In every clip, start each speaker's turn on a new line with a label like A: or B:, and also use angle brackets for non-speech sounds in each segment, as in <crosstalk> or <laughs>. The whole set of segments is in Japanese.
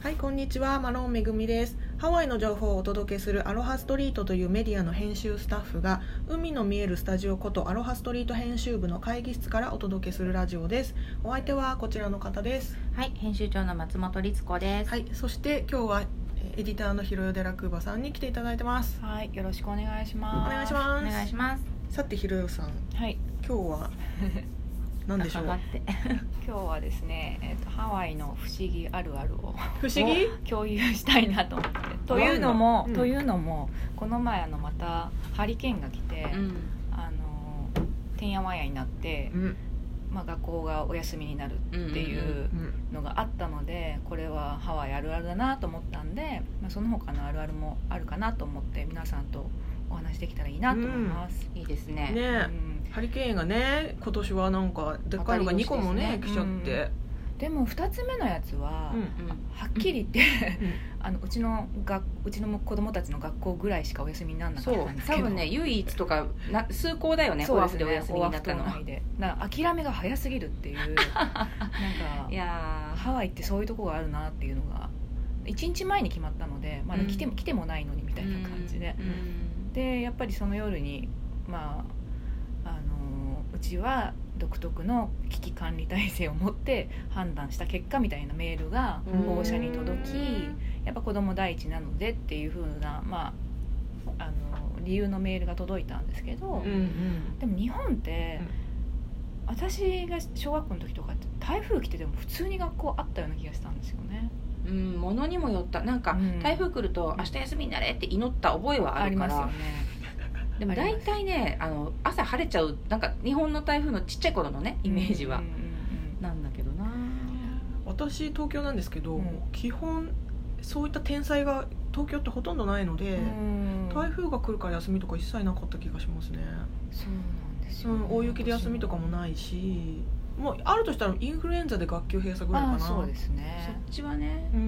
A: はいこんにちはマロンめぐみですハワイの情報をお届けするアロハストリートというメディアの編集スタッフが海の見えるスタジオことアロハストリート編集部の会議室からお届けするラジオですお相手はこちらの方です
B: はい、編集長の松本律子です。
A: はいそして今日はえーエディターのひろよでらくばさんに来ていただいてます
C: はい、よろしくお願いします。
A: お願いしま
B: お願いします。
A: さてひろよさん
C: す。はい、
A: 今日は <laughs> 何でしょう
B: かかって。
C: 今日はですね、えっ、とハワイの不思議あるあるを <laughs>
A: 不思議
C: 共有したいなと思って。というのも、
A: うん
C: というのもこの前あのまたハリケーンが来て、
B: うん、
C: あのてんやわんやになって
A: う、ん
C: まあ学校がお休みになるってい
B: んん
C: う
A: うん
C: のがあったので、これはハワイあるあるだなと思ったんで、まあその他のあるあるもあるかなと思って皆さんとお話しできたらいいなと思います。
B: いいですね。
A: ねえ
C: うん
A: ハリケーンがね今年はなんかでっかいのが2個もね来
C: 当たり
A: ちゃっ
C: 年です
A: て
C: ね、でも2つ目のやつは、
A: うん
B: うん、
C: はっきり言って、あのうちのがうちの子供たちの学校ぐらいしかお休みにならなか
B: そ
C: った
B: うん
C: ですけど
B: 多分ね唯一とかな数校だよね
C: そう
B: オ
C: で
B: ア
C: す
B: フでお
C: ね
B: 休み
C: オア
B: にな
C: フ
B: った
C: と
B: のは
C: ないでなんか諦めが早すぎ
B: <laughs>
C: るっていうなんか
B: いや
C: ハワイってそういうとこがあるなっていうのが1日前に決まったのでまだ来ても、
B: うん
C: 来てもないのにみ
B: ー
C: たいな感じで、でやっぱりその夜にまああのうちは独特の危機管理体制を持って判断した結果みたいなメールが
B: うん
C: 保護者に届きやっぱ子ども第一なのでっていう風なまああの理由のメールが届いたんですけど、
A: うんうん
C: でも日本って、私が小学校の時とかって台風来てても普通に学校あったような気がしたんですよね。
B: うん、うん、ものにもよったなんか、
C: うん
B: 台風来ると明日休みになれって祈った覚えはあ
C: あり
B: るか
C: ますよ
B: ら
C: ね。
B: でも大体ねあの朝晴れちゃうなんか日本の台風のちっちゃい頃のねイメージは、
C: うんうんうん
B: なんだけどな
A: 私東京なんですけど、
C: うん
A: 基本そういった天災が東京ってほとんどないので、
C: うん
A: 台風が来るから休みとか一切なかった気がしますね、
C: そうなんです
A: う
C: よね、
A: ん、大雪で休みとかもないしもうあるとしたらインフルエンザで学級閉鎖ぐらいか
C: あ
A: な、
C: あそうですす
B: そっ
C: ね
B: ちはね
A: う、
B: うん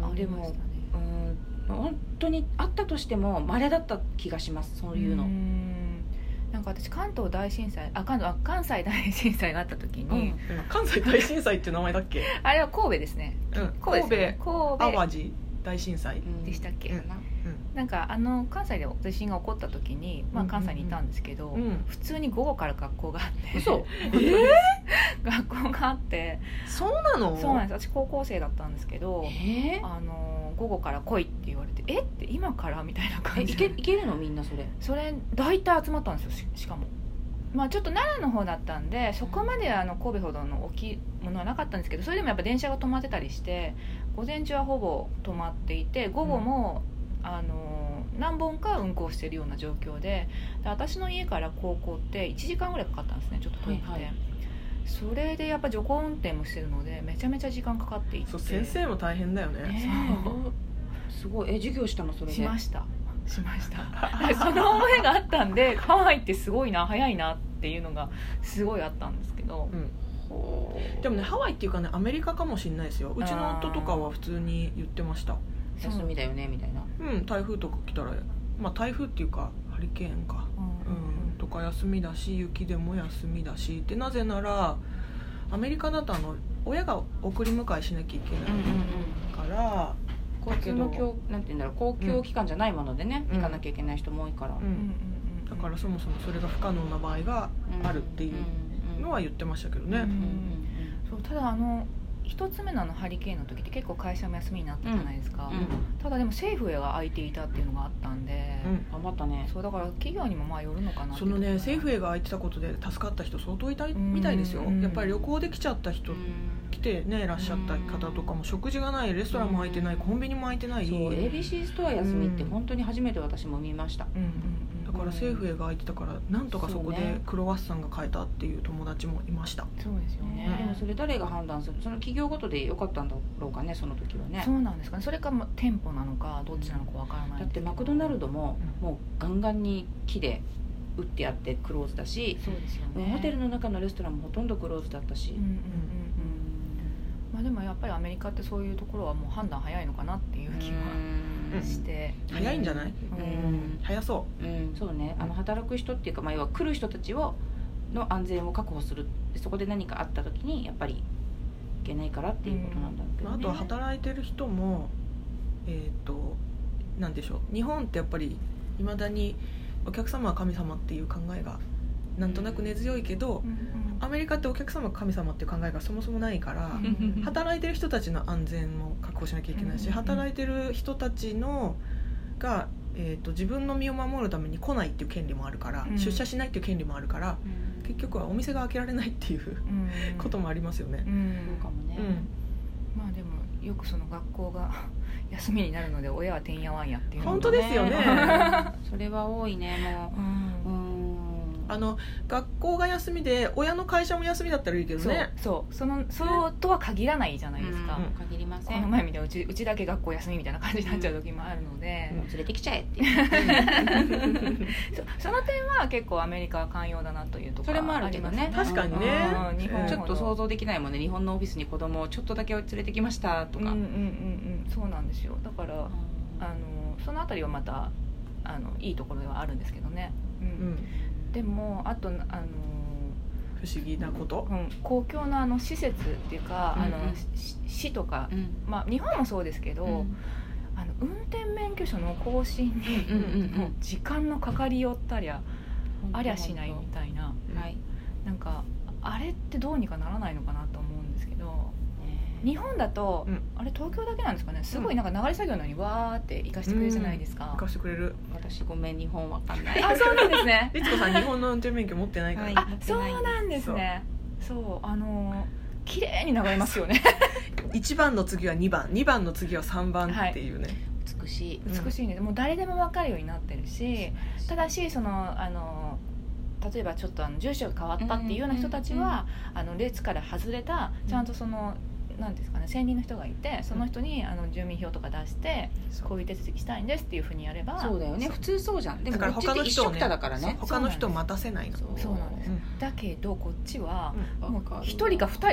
B: ん
C: あ
B: で
C: りま
B: も
C: したね
B: うん本当にあったとしても稀だった気がしますそういうの、
C: んなんか私関東大震災あ関東あ関西大震災があった時に、
B: うん
A: 関西大震災っていう名前だっけ、
C: あれは神戸ですね
A: うん、
C: 神戸
A: 神戸
C: ですよね神戸
A: 淡路大震災
C: でしたっけ、
A: うん
C: なんかあの関西で地震が起こった時に、まあ、関西にいたんですけど、
A: うん、うん、
C: 普通に午後から学校があ <laughs> って
B: 嘘
C: 学校があって
A: そうなの
C: そうなんです私高校生だったんですけど
B: えー
C: あの午後から来いって言われてえって今からみたいな
B: え
C: 感
B: い
C: じ
B: けいけるのみんなそれ
C: それ大体集まったんですよししかもまあちょっと奈良の方だったんでそこまであの神戸ほどの大きいものはなかったんですけどそれでもやっぱ電車が止まってたりして午前中はほぼ止まっていて午後も、あの何本か運行してるような状況でで私の家から高校って1時間ぐらいかかったんですねちょっと遠くて、
B: はいはい
C: それでやっぱ徐行運転もしてるのでめちゃめちゃ時間かかっていって
A: そう先生も大変だよね、
B: そうすごいえ授業したのそれで
C: しましたしましたその思いがあったんでハワイってすごいな早いなっていうのがすごいあったんですけど、
A: うん
B: ほう
A: でもねハワイっていうかねアメリカかもしれないですようちの夫とかは普通に言ってました
C: そう
B: 休みだよねみたいな
A: うん台風とか来たらまあ台風っていうかハリケーンか
C: うんうん
A: うんとか休みだし雪でも休みだしってなぜならアメリカだとあの親が送り迎えしなきゃいけ
B: うんうんうん
A: ないから、
B: 公
A: け
B: 共
A: ど
B: の教なんて言うんだろう公共機関じゃないものでね、
A: うん
B: 行かなきゃいけない人も多いから、
A: う
C: うんうん
A: ん
C: うん
A: だからそもそもそれが不可能な場合があるっていうのは言ってましたけどね、
B: うんうん
C: そうただあの一つ目のあのハリケーンの時って結構会社も休みになったじゃないです
B: う
C: か、
B: んうんうん
C: ただでも政府が空いていたっていうのがあったんで、
A: うん
B: 頑張ったね
C: そうだから企業にもまあよるのかなって
A: そのね政府へが空いてたことで助かった人相当いたみたいですよ、
C: うん
A: やっぱり旅行で来ちゃった人、
B: うん
A: 来てねいらっしゃった方とかも食事がないレストランも空いてない
B: うん
A: コンビニも空いてない
B: そう
A: だ
B: ABC ストア休みって
A: うん
B: 本当に初めて私も見ました、
C: うんうんうん
A: から政府へが空いてたからなんとかそこ
B: そう
A: で
B: ね
A: クロワッサンが買えたっていう友達もいました
C: そうですよね、
B: でもそれ誰が判断するその企業ごとでよかったんだろうかねその時はね
C: そうなんですかねそれかまあ店舗なのかどっちなのかわからない
B: だってマクドナル
C: ド
B: ドも
A: うん
B: もうガンガンに木で打ってあってクローズだし、
C: そうですよね
B: ホテルの中のレストランもほとんどクローズだったし、
C: うんうんうんうんまあでもやっぱりアメリカってそういうところはもう判断早いのかなっていう気は
A: うん
C: して、
A: 早いんじゃない、
B: うん、
A: 早そ
B: うんそうねあの働く人っていうか、まあ、要は来る人たちをの安全を確保するそこで何かあった時にやっぱりけないからっていうことなんだろうけど、
A: まあ、あ
B: ね
A: とは働いてる人もえっ、となんでしょう日本ってやっぱりいまだにお客様は神様っていう考えがなんとなく根強いけど、
C: うん
A: アメリカってお客様は神様っていう考えがそもそもないから、
C: うん
A: 働いてる人たちの安全も確保しなきゃいけないし、
C: うん
A: 働いてる人たちのが、えー、と自分の身を守るために来ないっていう権利もあるから、
C: うん
A: 出社しないっていう権利もあるから結局はお店が開けられないっていう
C: うん
A: こともありますよね
C: う。
B: そうんかもね、
A: うん
C: まあでもよくその学校が休みになるので親はてんやわんやっていうのが
A: 本当ですよね
B: <laughs> それは多いねも
C: う
B: ううんん
A: あの学校が休みで親の会社も休みだったらいいけど
C: そう
A: ね
C: そうそのそうとは限らないじゃないですか、
B: うん限りませ
C: こ
B: ん
C: の前みたいなうちうちだけ学校休みみたいな感じになっちゃう時もあるので、
B: もう連れてきちゃえっ
A: <laughs>
B: ていう
C: そその点は結構アメリカは寛容だなというとこ
B: それ
C: ろ
B: もあるけどね
A: 確かにね
C: うん日本ほど
B: ちょっと想像できないもんね日本のオフィスに子供をちょっとだけ連れてきましたと
C: とか
B: か、
C: うんうんうんうんそうなんですよだから、あのその辺りはまたあのいいところではあるんですけどね、う
A: うんん、
C: でもあとあの
A: 不思議なこと
C: うん公共のあの施設っていうか、あ
B: うんう
C: の
B: ん
C: し市とか
B: う、ん
C: まあ、日本もそうですけど、
B: うん
C: あの運転免許証の更新に、
B: うんうんうん
C: もう時間のかかりよったりゃありゃしないみたいな
B: はい、ね
C: なんかあれってどうにかならないのかなと思うんですけど日本だと、
A: うん
C: あれ東京だけなんですかねすごいなんか流れ作業のようにわーって行かしてくれるじゃないですか
A: 聞、かせてくれる
B: 私ごめん日本わかんない
C: あそうなんですね
A: 律子さん日本の運転免許持ってないから、
B: はい
C: あそうなんですねそうあのー綺麗に流れますよね
A: 1番の次は2番2番の次は3番っていうね、
B: 美しい
A: うん
C: 美しいね、もう誰でも分かるようになってるし
B: 素晴
C: <laughs> た
B: ら
C: だしそのあの例えばちょっとあの住所が変わったっていうような人たちは、あの列から外れたちゃんとその何ですかね専任の人がいてその人にあの住民票とか出してこういう手続きしたいんですっていうふうにやれば
B: しいそうだよね普通そうじゃんで
A: だ
B: も
A: から
B: こっち
A: 他
B: って
A: の
B: 一
A: 人
B: 緒
A: を
B: く
A: ね
B: ただからね
A: そう他の人を待たせないの
C: そうなんです
A: うん
C: だけどこっちは
B: うん
C: もう
B: わるわ
C: 1人か2人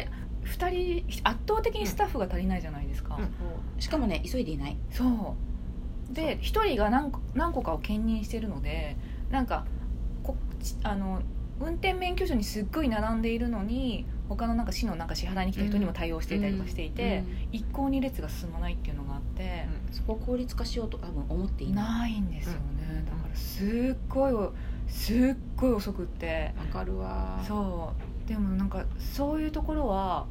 C: 2人圧倒的にスタッフが足りないじゃないですか、
A: うん
B: しかもね急いでいない
C: そうで1人が何個何個かを兼任してるのでなんかこちあの運転免許証にすっごい並んでいるのに他のなんか市のなんか支払いに来た人にも対応していたりとかしていて、
B: うん
C: 一向に列が進まないっていうのがあって、
B: そこを効率化しようと多分思っていな
C: ないんですよね、
A: うん
C: だからすっごいすっごい遅くって
B: いわかるわ
C: そうでもなんかそういうところは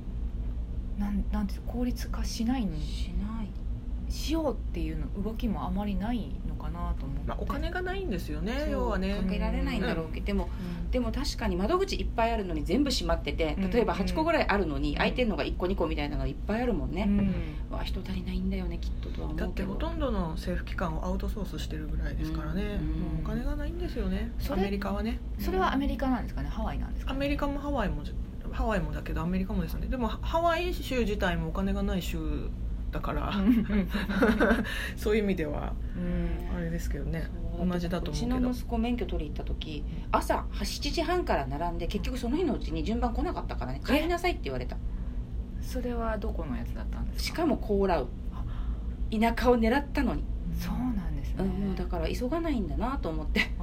C: なんなんていうの効率化しないに
B: しない
C: しようっていうの動きもあまりないのかなと思って、
A: まあ、お金がないんですよね
B: そう
A: 要はね
B: かけられないんだろうけど、でもでも確かに窓口いっぱいあるのに全部閉まってて例えば
C: うんうん
B: 8個ぐらいあるのに空いてるのが1個2個みたいなのがいっぱいあるもん
C: う
B: ね、
C: ん
B: わ人足りないんだよねきっととは思うけ
A: だ
B: ど
A: ってほとんどの政府機関をアウトソースしてるぐらいですからね、
B: うん
A: もうお金がないんですよね
C: そ
A: ア
C: れ
A: メリカはね
C: それはアメリカなんですかねハワイなんですか
A: アメリカもハワイもじハワイもだけどアメリカもですよねでもハハワイ州自体もお金がない州だから、
C: うん
A: <laughs> そういう意味では
C: うん
A: あれですけどね
B: そう
A: 同じだと思うけど
B: うちの息子免許取り行った時
A: うん
B: 朝7時半から並んで結局その日のうちに順番来なかったからね帰りなさいって言われた
C: それはどこのやつだったんです
B: し
C: か
B: かも凍らう田舎を狙ったのに、
C: そうなんですね、
B: うん、もうだから急がないんだなと思って <laughs>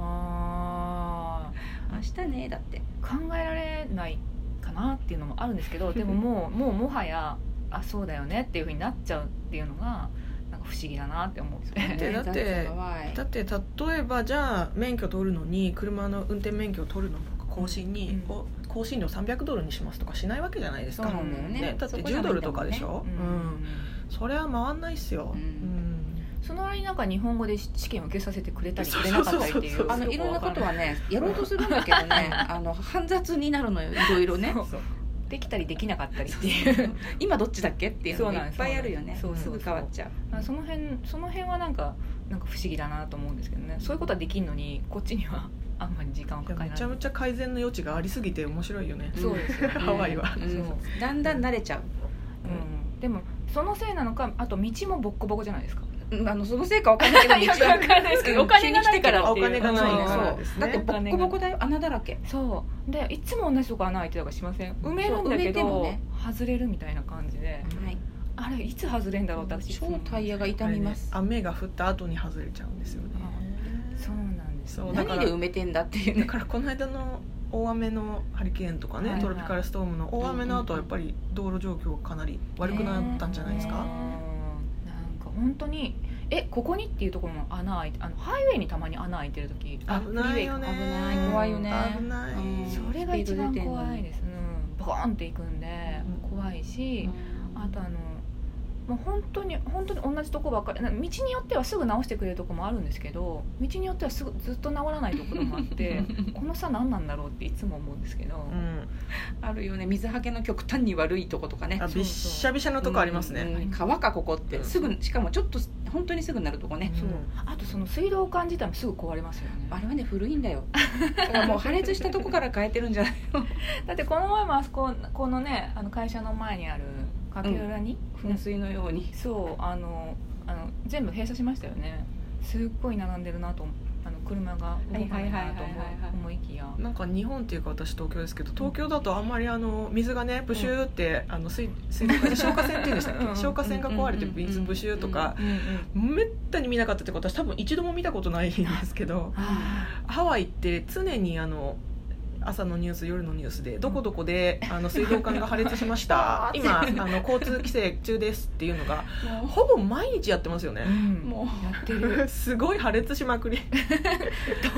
C: あ
B: 明日ねだって
C: ー考えられないかなっていうのもあるんです
A: <laughs>
C: けどでももうもうもはやあそうだよねっていうふうになっちゃうっていうのがなんか不思議だなって思って
A: だって
B: That's why
A: だって例えばじゃあ免許取るのに車の運転免許を取るのも更新に、
C: うん
A: お更新料300ドルにしますとかしないわけじゃないです
B: そう
A: か、
B: なんだよね
A: ね、だって
B: そこじ
A: 10
B: ゃない
A: ド
B: ん
A: ル
B: だ
A: と
B: も
A: か
B: んね
A: でしょ、
C: うん
A: うんそれは回んないっすよ、
B: うん
C: その割になんか日本語で試験を受けさせてくれたり
A: そう
C: く
A: そ
C: れ
A: う
C: な
A: そ
C: か
A: う
C: っ
A: そう
C: たりっていう
B: あのいろんなことはねやろうとするんだけどねあの煩雑になるのよいろいろね
A: そう
C: できたりできなかったりって
A: う
C: い
A: ん
C: う
B: 今どっちだっけっていうの
C: そう
B: が
C: な
B: い
C: ん
B: っ
C: です
B: ぱいあるよね
C: そうなんです
B: すぐ変わっちゃう
C: <laughs> まあその辺その辺はなんかなんか不思議だなと思うんですけどねそういうことはできんのにこっちには <laughs> あんまり時間はい
A: や
C: かか
A: め
C: らない
A: ちゃめちゃ改善の余地がありすぎて面白いよね、
C: そうですよね、
A: ハワイは
B: うん
C: そう
B: だんだん慣れちゃう
C: うん、でもそのせいなのかあと道もボッコボコじゃないですか
B: うんあのそのせいかわかんないけど道は
C: わかんないですけど
B: うん
C: お金
B: 急
C: が
B: に来
C: な
B: て
C: い
B: か
C: からら
A: っていうお金がないからですね
B: そうだってボッコボコだよ穴だらけ
C: そうでいつも同じとこ穴開いてたからしません埋めるん
B: そ
C: だけ
B: う埋めて
C: ど、
B: もね
C: 外れるみたいな感じで
B: はい
C: あれいつ外れんだろうって私いつ
B: 超
C: も
B: タイヤが痛みます
A: あれね雨が降った後に外れちゃうんですよね
C: あそうなんですね
A: そうだ
B: 何
A: から
B: で埋めてんだっていう
A: だ
B: ね
A: からこの間の大雨のハリケーンとかね、
C: はいはい
A: トロピカルストームの大雨の後はやっぱり道路状況がかなり悪くなったんじゃないですか、
C: ねえなんか本当にえここにっていうところの穴開いてあのハイウェイにたまに穴開いてる時
A: 危ないよね
B: フリーウェイ危ない怖いよね
A: 危ない、
B: うん
C: それが一番
B: スピード出てんのに
C: 怖いです、うん、ボーンっていくんで
A: うん
C: 怖いしあとあのもう本当に本当に同じとこばっかりな道によってはすぐ直してくれるとこもあるんですけど道によってはすぐずっと直らないところもあって
A: <laughs>
C: この差何なんだろうっていつも思うんですけど、
A: うん
B: あるよね水はけの極端に悪いとことかね
A: あびっしゃびしゃのとこあります
B: うん
A: ね、
B: うん川かここってすぐしかもちょっと本当にすぐなるとこね
A: そう
C: あとその水道管自体もすぐ壊れますよね
B: あれはね古いんだよだからもう破裂したとこから変えてるんじゃない
C: だってこの前もあそここのねあの会社の前にある掛け裏に、
B: 噴水のように
C: そうあのあの全部閉鎖しましたよねすっごい並んでるなと思あの車が動かないなと思
B: はいはいはいはいはいはいう
C: 思いきや
A: なんか日本っていうか私東京ですけど東京だとあんまりあの水がねブシューって、あの水水道管で消火栓っていうんでしたっけ
C: うんうん
A: 消火栓が壊れて
B: うんうんうん
A: 水ブシューとか、
B: うんうん
A: めったに見なかったってことは私多分一度も見たことないんですけど
C: あ
A: ハワイって常にあの朝のニュース夜のニュースでどこどこであの水道管が破裂しました
B: あー
A: 今あの交通規制中ですっていうのが
B: も
A: ほぼ毎日やってますよ
C: う <laughs>
A: ね、
C: ん
B: もう
C: やってる
A: すごい破裂しまくり
C: ど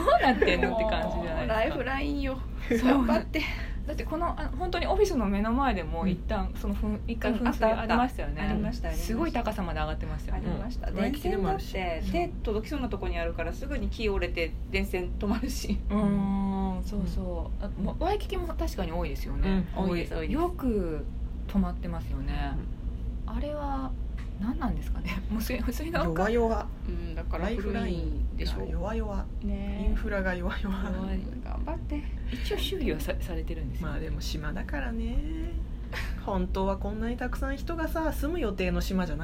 C: うなっ
B: う
C: てんのって感じじゃないですか
B: ライフラインよ
C: そう
B: 頑張って
C: だってこのあ本当にオフィスの目の前で
A: う
C: も
A: ん
C: 一旦そのふん一回
B: うん
C: 噴水
B: あったあ
C: あ
B: っ
C: り
B: た
C: ましたよね
B: ありましたありました
C: すごい高さまで上がってましたよ
B: あ
C: ね
B: りました、
A: うん
B: 電線
A: 毎日で
B: だって
A: もあるし
B: 手届きそうなとこにあるからすぐに木折れて電線止まるし
C: うーんそうそうあもうワイキキも確かに多いですよね、
A: うん多い
B: です多いです
C: よく止まってますよね、あれは何なんですかね <laughs> もう水水道
A: 弱
C: 管
A: 々
B: うんだから
A: ライフライ
B: 古い
A: ン
B: でしょ
A: が弱々イ
B: ね
A: ンフラが弱々
C: 弱い
B: 頑張って
C: 一応修理はさされてるんですよ、
A: まあでも島だからね本当はこんなにたくさん人がさ住む予定の島じゃな